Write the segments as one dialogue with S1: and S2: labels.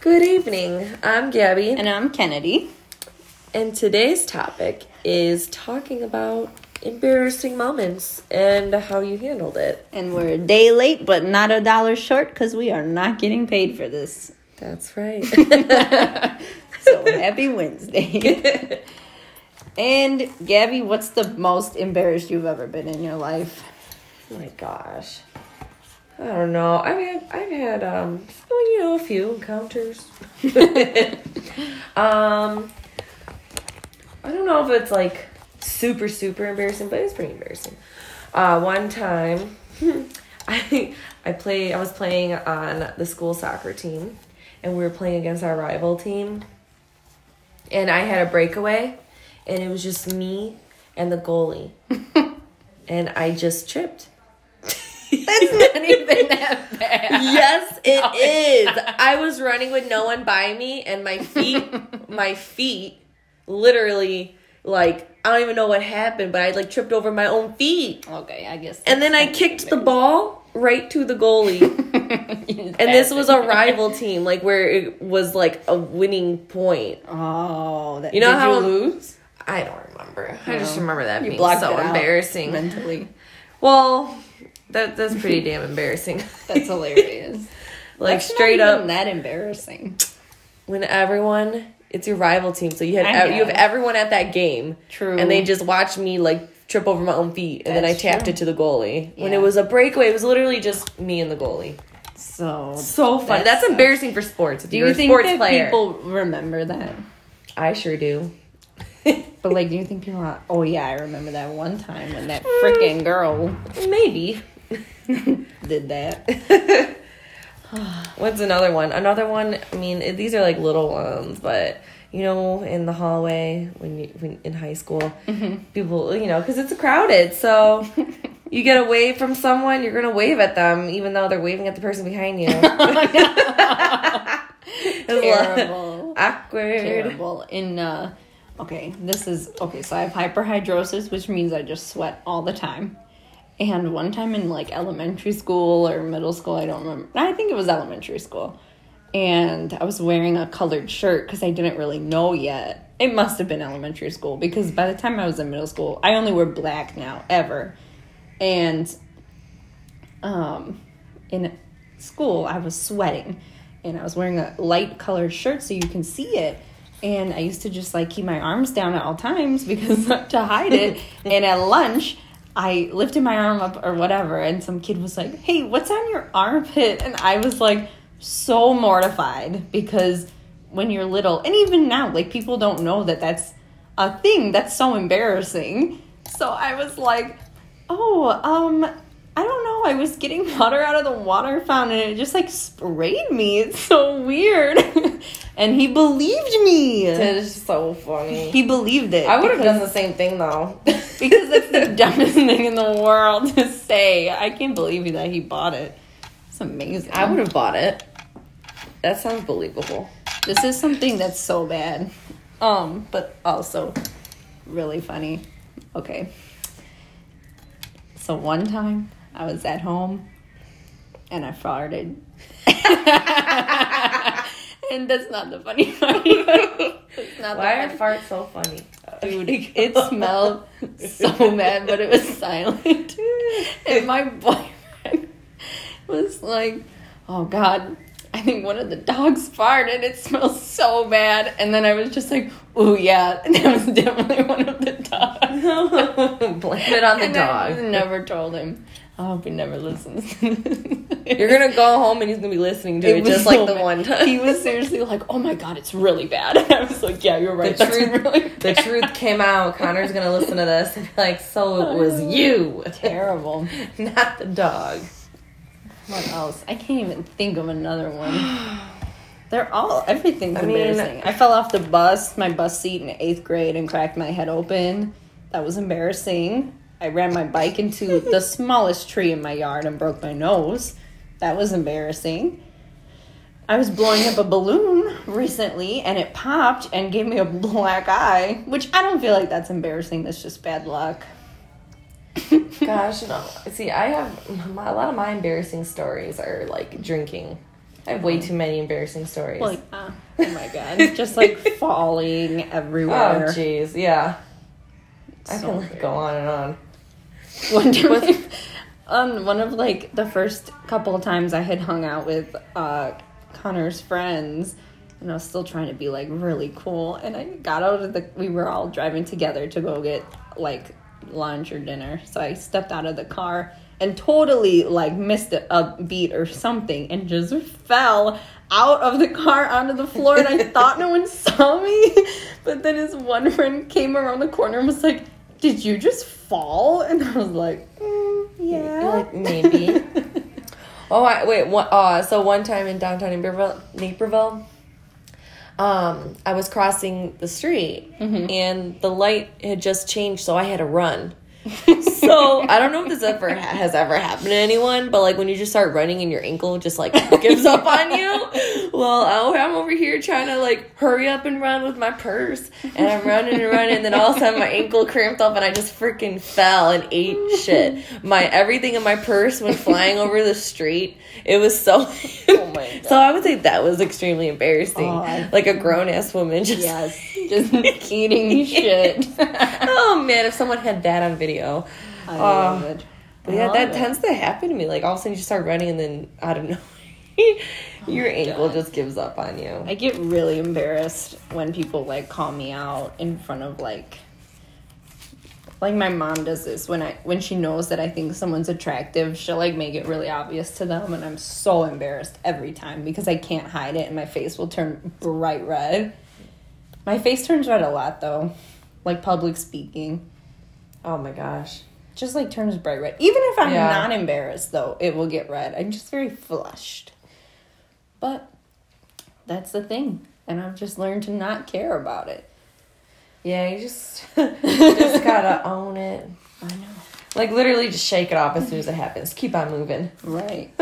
S1: Good evening. I'm Gabby,
S2: And I'm Kennedy.
S1: and today's topic is talking about embarrassing moments and how you handled it.
S2: And we're a day late, but not a dollar short because we are not getting paid for this.
S1: That's right.
S2: So happy Wednesday. and Gabby, what's the most embarrassed you've ever been in your life?
S1: my gosh. I don't know. I've had I've had um well, you know a few encounters. um I don't know if it's like super super embarrassing, but it's pretty embarrassing. Uh one time I I play I was playing on the school soccer team and we were playing against our rival team and I had a breakaway and it was just me and the goalie. and I just tripped.
S2: That's not even that bad.
S1: Yes, it is. I was running with no one by me, and my feet, my feet, literally, like I don't even know what happened, but I like tripped over my own feet,
S2: Okay, I guess.
S1: and then I kicked the ball right to the goalie. And this was a rival team, like where it was like a winning point.
S2: Oh, that,
S1: You know
S2: did
S1: how-
S2: you lose?
S1: I don't remember. I just remember that being
S2: blocked
S1: so
S2: it out
S1: embarrassing.
S2: mentally.
S1: Well, that that's pretty damn embarrassing.
S2: That's hilarious.
S1: like
S2: That's not
S1: straight
S2: even
S1: up
S2: that embarrassing.
S1: when everyone it's your rival team so you had
S2: I
S1: ev- you have
S2: know.
S1: everyone at that game
S2: True.
S1: and they just watched me like trip over my own feet and then i
S2: That's
S1: tapped
S2: true.
S1: it to the goalie when it
S2: Yeah.
S1: was a breakaway it was literally just me and the goalie
S2: So,
S1: so fun that's,
S2: That's-
S1: embarrassing for sports if
S2: do
S1: you're
S2: you
S1: a
S2: think
S1: sports
S2: that
S1: player
S2: people remember that?
S1: i sure do
S2: But like, do you think people? Are, oh yeah, I remember that one time when that freaking girl
S1: maybe
S2: did that.
S1: what's another one another one i mean it- these are like little ones but you know in the hallway when you when in high school people you know because it's crowded so you get a wave from someone you're gonna wave at them even though they're waving at the person behind you It's a lot-
S2: Terrible.
S1: awkward
S2: Terrible. In uh, okay, this is okay. So I have hyperhidrosis, which means I just sweat all the time. And one time in like elementary school or middle school, I don't remember. I think it was elementary school. And I was wearing a colored shirt because I didn't really know yet. It must have been elementary school because by the time I was in middle school, I only wear black now, ever. And um, in school, I was sweating and I was wearing a light colored shirt so you can see it. And I used to just like keep my arms down at all times because to hide it. and at lunch, I lifted my arm up or whatever, and some kid was like, Hey, what's on your armpit? And I was like, so mortified because when you're little, and even now, like people don't know that that's a thing. That's so embarrassing. So I was like, Oh, um, I don't know. I was getting water out of the water fountain and it just like sprayed me. It's so weird. and he believed me.
S1: it's so funny
S2: He believed it.
S1: i would have done the same thing though
S2: because that's the dumbest thing in the world to say. I can't believe that he bought it. It's amazing.
S1: i would have bought it that sounds believable
S2: this is something that's so bad. Um, but also really funny. Okay. So one time I was at home and I farted. and that's not the funny part. That's not the
S1: why are
S2: funny-
S1: farts so funny
S2: Dude, it smelled so bad, but it was silent. And my boyfriend was like, oh God, I think one of the dogs farted. It smells so bad. And then I was just like, oh yeah, that was definitely one of the dogs.
S1: blame it on the
S2: And I
S1: dog
S2: never told him. I hope he never listens.
S1: you're gonna go home and he's gonna be listening to it,
S2: was
S1: just like
S2: so
S1: the
S2: bad.
S1: one time
S2: He was seriously like, oh my God, it's really bad. And I was like, yeah, you're right.
S1: The
S2: that's
S1: truth-
S2: really
S1: the
S2: bad."
S1: truth came out. Connor's gonna listen to this and be like, so it was you,
S2: Terrible.
S1: not the dog.
S2: What else? I can't even think of another one. They're all everything's
S1: I mean-
S2: embarrassing. I fell off the bus, my bus seat in eighth grade, and cracked my head open. That was embarrassing. I ran my bike into the smallest tree in my yard and broke my nose. That was embarrassing. I was blowing up a balloon recently and it popped and gave me a black eye, which I don't feel like that's embarrassing. That's just bad luck.
S1: Gosh, no. See, I have a lot of my embarrassing stories are like drinking. I have way too many embarrassing stories.
S2: Like, ah, oh my god, just like falling
S1: oh,
S2: everywhere.
S1: jeez, yeah. I
S2: So
S1: can like go on and on.
S2: One time, um, one of like the first couple of times I had hung out with uh, Connor's friends, and I was still trying to be like really cool. And I got out of the. We were all driving together to go get like lunch or dinner. So I stepped out of the car and totally like missed a, a beat or something and just fell out of the car onto the floor. And I thought no one saw me, but then his one friend came around the corner and was like. Did you just fall? And I was like, "Mm, yeah.
S1: Like, maybe. Oh, I, wait. One, uh, so one time in downtown Naperville, Naperville um, I was crossing the street and the light had just changed, so I had to run. so I don't know if this ever ha- has ever happened to anyone, but like when you just start running and your ankle just like gives up on you. Well, oh, I'm over here trying to like hurry up and run with my purse, and I'm running and running, and then all of a sudden my ankle cramped up, and I just freaking fell and ate shit. My everything in my purse went flying over the street. It was so.
S2: Oh my God.
S1: so I would say that was extremely embarrassing.
S2: Oh, I-
S1: like a grown ass woman just.
S2: Yes, just eating shit. I
S1: oh man, if someone had that on video.
S2: love it.
S1: But yeah,
S2: Love
S1: that
S2: it.
S1: tends to happen to me. Like all of a sudden you just start running and then I don't know. Your ankle
S2: God.
S1: just gives up on you.
S2: I get really embarrassed when people like call me out in front of like like my mom does this when I when she knows that I think someone's attractive, she'll like make it really obvious to them and I'm so embarrassed every time because I can't hide it and my face will turn bright red. My face turns red a lot though. Like public speaking.
S1: Oh my gosh.
S2: just like turns bright red. Even if I'm
S1: Yeah.
S2: not embarrassed, though, it will get red. I'm just very flushed. But that's the thing. And I've just learned to not care about it.
S1: Yeah, you just you just gotta own it.
S2: I know.
S1: Like literally just shake it off as soon as it happens. Keep on moving.
S2: Right.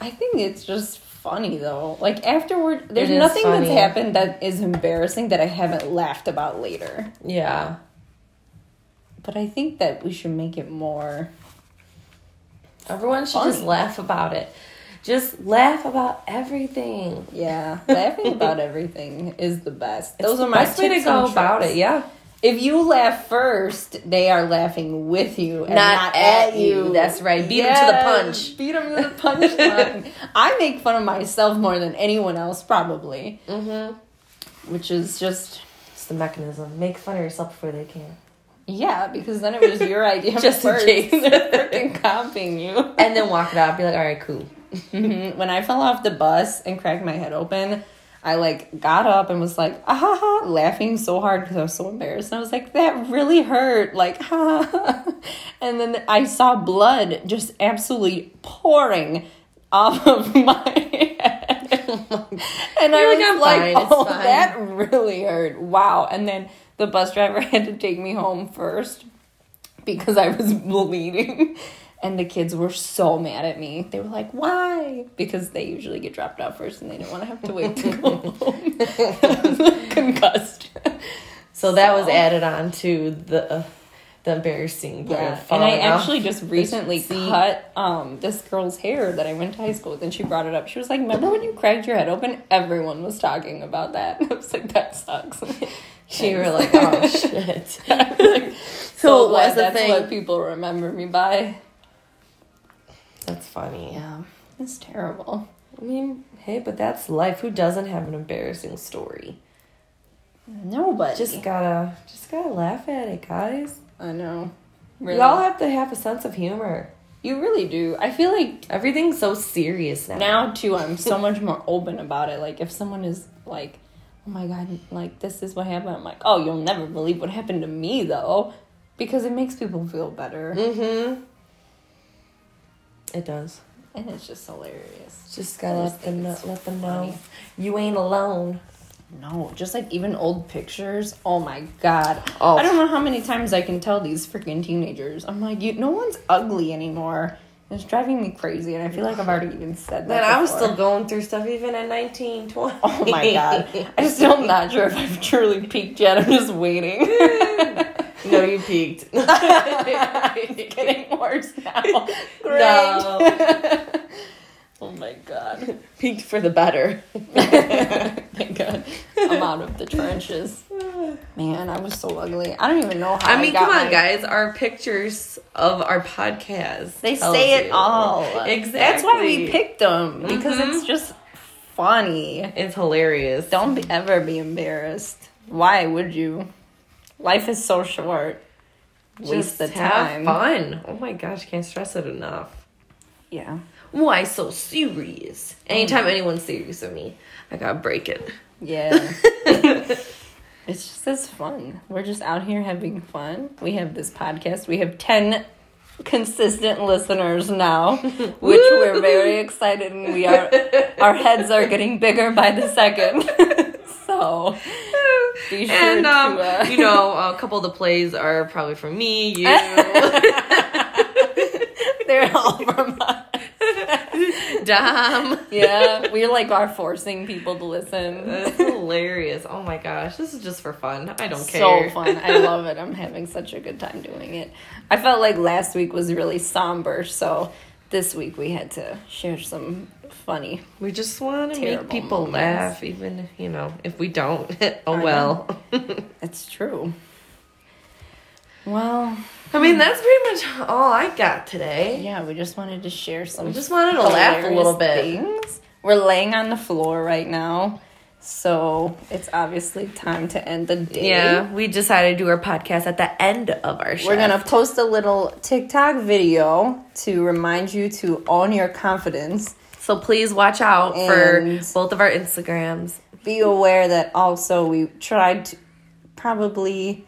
S2: I think it's just funny, though. Like, afterward, there's
S1: It is
S2: nothing that's
S1: funny.
S2: happened that is embarrassing that I haven't laughed about later.
S1: Yeah.
S2: But I think that we should make it more.
S1: Everyone should just
S2: Funny.
S1: laugh about it. Just laugh about everything.
S2: Yeah, laughing about everything is the best.
S1: It's
S2: Those
S1: the
S2: are my
S1: best way to
S2: tips and
S1: go about
S2: tricks.
S1: it, yeah.
S2: If you laugh first, they are laughing with you and
S1: Not
S2: not,
S1: at
S2: at,
S1: you.
S2: you.
S1: That's right. Beat 'em to the punch.
S2: Beat them to the punchline. I make fun of myself more than anyone else, probably. Mm-hmm. Which is just,
S1: It's the mechanism. Make fun of yourself before they can.
S2: yeah, because then it was your idea
S1: Just in
S2: first.
S1: case.
S2: They're freaking copying you.
S1: And then walk it off, be like, alright, cool.
S2: Mhm. when I fell off the bus and cracked my head open, I like got up and was like, ah, ha, ha, laughing so hard because I was so embarrassed. And I was like, that really hurt. Like, ha. ha, ha." And then I saw blood just absolutely pouring off of my head. and I
S1: Oh You're like,
S2: was
S1: "I'm
S2: like,
S1: fine, it's
S2: oh,
S1: fine."
S2: that really hurt. Wow. And then the bus driver had to take me home first because I was bleeding. And the kids were so mad at me. They were like, why? Because they usually get dropped off first and they didn't want to have to wait to go home. Concussed.
S1: So that was
S2: So-
S1: added on to the the embarrassing part
S2: Yeah.
S1: of
S2: And I
S1: falling off.
S2: actually just recently cut um, this girl's hair that I went to high school with and she brought it up. She was like, remember when you cracked your head open? Everyone was talking about that. I was like, that sucks.
S1: She were like, oh shit.
S2: so
S1: so it was a
S2: that's
S1: thing.
S2: what people remember me by.
S1: That's funny.
S2: Yeah. It's terrible.
S1: I mean, hey, but that's life. Who doesn't have an embarrassing story?
S2: Nobody.
S1: Just gotta, just gotta laugh at it, guys.
S2: I know.
S1: you
S2: Really.
S1: We all have to have a sense of humor.
S2: you really do. I feel like
S1: Everything's so serious now.
S2: now too I'm so much more open about it. Like if someone is like, Oh my god, like this is what happened, I'm like, Oh, you'll never believe what happened to me though because it makes people feel better.
S1: Mm-hmm. It does.
S2: And it's just hilarious.
S1: Just gotta
S2: I
S1: let
S2: just
S1: them
S2: think
S1: know,
S2: it's
S1: let them
S2: funny.
S1: know you ain't alone.
S2: No, just like even old pictures. Oh my god.
S1: Oh.
S2: I don't know how many times I can tell these freaking teenagers. I'm like, you no one's ugly anymore. It's driving me crazy and I feel like I've already even said that.
S1: Then I was
S2: before.
S1: still going through stuff even at 19, 20.
S2: Oh my god. I'm still not sure if I've truly peaked yet. I'm just waiting.
S1: no, you peaked.
S2: it's getting worse now. Great.
S1: No.
S2: Oh my god.
S1: Peaked for the better.
S2: Thank God. I'm out of the trenches. Man, I was so ugly. I don't even know how I,
S1: I mean,
S2: got
S1: come on,
S2: my-
S1: guys. Our pictures of our podcast.
S2: They
S1: tells
S2: say it
S1: you.
S2: all.
S1: Exactly.
S2: That's why we picked them because
S1: Mhm.
S2: it's just funny.
S1: It's hilarious.
S2: Don't be, ever be embarrassed. Why would you? Life is so short.
S1: Just
S2: Waste the
S1: have
S2: time.
S1: fun. Oh my gosh, can't stress it enough.
S2: Yeah.
S1: Why so serious? Anytime
S2: Mm.
S1: anyone's serious with me, I gotta break it.
S2: Yeah. it's just as fun. We're just out here having fun. We have this podcast. We have 10 consistent listeners now, which we're very excited and we are our heads are getting bigger by the second. so, Be sure
S1: and
S2: to,
S1: um,
S2: uh,
S1: you know, a couple of the plays are probably from me, you. They're
S2: they're all from us.
S1: dumb.
S2: Yeah, we like are forcing people to listen.
S1: That's hilarious. Oh my gosh, this is just for fun. I don't
S2: so
S1: care.
S2: fun. I love it. I'm having such a good time doing it. I felt like last week was really somber, so this week we had to share some funny.
S1: We just want to
S2: Terrible
S1: make people
S2: moments.
S1: laugh, even you know, if we don't.
S2: I
S1: oh
S2: know.
S1: well.
S2: It's true. Well,
S1: I mean, that's pretty much all I got today.
S2: yeah, we just wanted to share some.
S1: We just wanted to laugh a little bit.
S2: hilarious Things. We're laying on the floor right now, so it's obviously time to end the day.
S1: Yeah, we decided to do our podcast at the end of our show.
S2: We're gonna post a little TikTok video to remind you to own your confidence.
S1: So please watch out
S2: And-
S1: for both of our Instagrams.
S2: be aware that also we tried to probably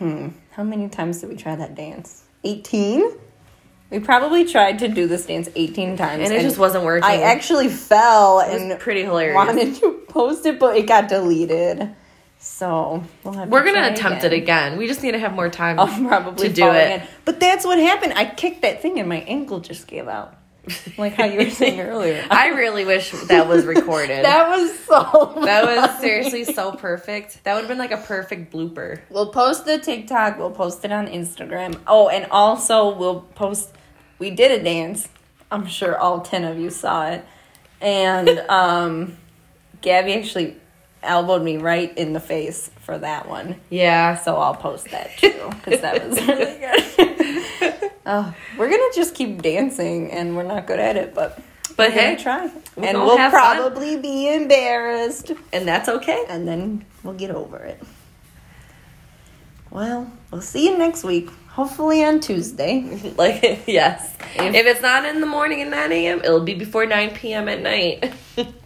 S2: hmm how many times did we try that dance 18 we probably tried to do this dance 18 times
S1: And it just wasn't working.
S2: i actually fell and
S1: pretty hilarious.
S2: wanted to post it but it got deleted so we'll have
S1: We're
S2: to
S1: gonna
S2: try
S1: attempt
S2: again. Oh
S1: it again. We just need to have more time
S2: I'm probably
S1: to do
S2: falling
S1: it.
S2: in. But that's what happened. I kicked that thing and my ankle just gave out. Like how you were saying earlier.
S1: I really wish that was recorded. that,
S2: that was so
S1: was
S2: funny.
S1: seriously so perfect. That would have been like a perfect blooper.
S2: We'll post the TikTok. We'll post it on Instagram. Oh, and also we'll post. We did a dance. I'm sure all ten of you saw it. And um, Gabby actually elbowed me right in the face for that one.
S1: Yeah.
S2: So I'll post that too because that was really good. oh, we're gonna just keep dancing, and we're not good at it, but
S1: But
S2: we're
S1: hey,
S2: gonna try,
S1: we're
S2: and
S1: gonna
S2: we'll
S1: have fun.
S2: probably be embarrassed
S1: and that's okay.
S2: and then we'll get over it. Well, we'll see you next week. Hopefully on Tuesday.
S1: Like yes. If, it's not in the morning at 9 a.m., it'll be before 9 p.m. at night.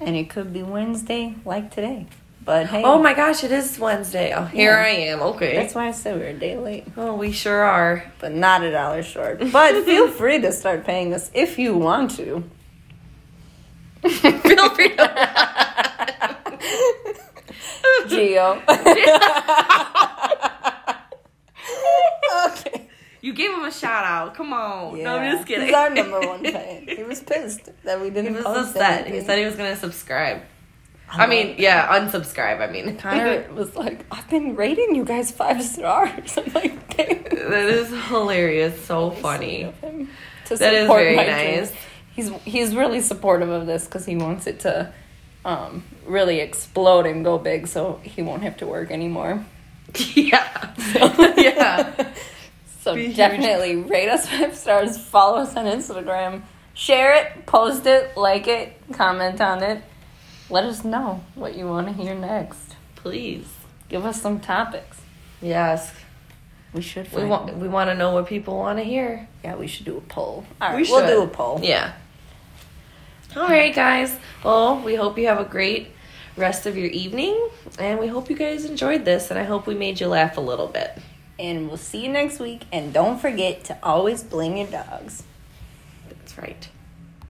S2: And it could be Wednesday like today. But hey,
S1: oh my gosh, it is Wednesday. Oh, here
S2: Yeah.
S1: I am. Okay.
S2: that's why I said we were a day late.
S1: oh, we sure are.
S2: But not a dollar short. But feel free to start paying us if you want to.
S1: Feel free to.
S2: Geo. okay.
S1: You gave him a shout out. Come on. No, I'm just kidding.
S2: He's our number one fan. He was pissed that we
S1: He
S2: didn't
S1: was
S2: post
S1: upset. He
S2: anything.
S1: said he was gonna subscribe. I mean, yeah, unsubscribe. I mean,
S2: Connor was like, I've been rating you guys five stars. I'm like, "Damn."
S1: that is hilarious. So funny.
S2: Of him To
S1: That is
S2: support
S1: very
S2: my
S1: nice.
S2: dreams. He's he's really supportive of this because he wants it to um, really explode and go big, so he won't have to work anymore.
S1: Yeah, yeah.
S2: So
S1: Be huge.
S2: definitely rate us five stars. Follow us on Instagram. Share it, post it, like it, comment on it. Let us know what you want to hear next.
S1: Please.
S2: Give us some topics.
S1: Yes,
S2: We should.
S1: we
S2: find
S1: want we want to know what people want to hear.
S2: Yeah, we should do a poll.
S1: we
S2: All right, we will
S1: should.
S2: do a poll.
S1: Yeah. All right, guys. Well, we hope you have a great rest of your evening, and we hope you guys enjoyed this, and I hope we made you laugh a little bit.
S2: And we'll see you next week. And don't forget to always blame your dogs.
S1: That's right.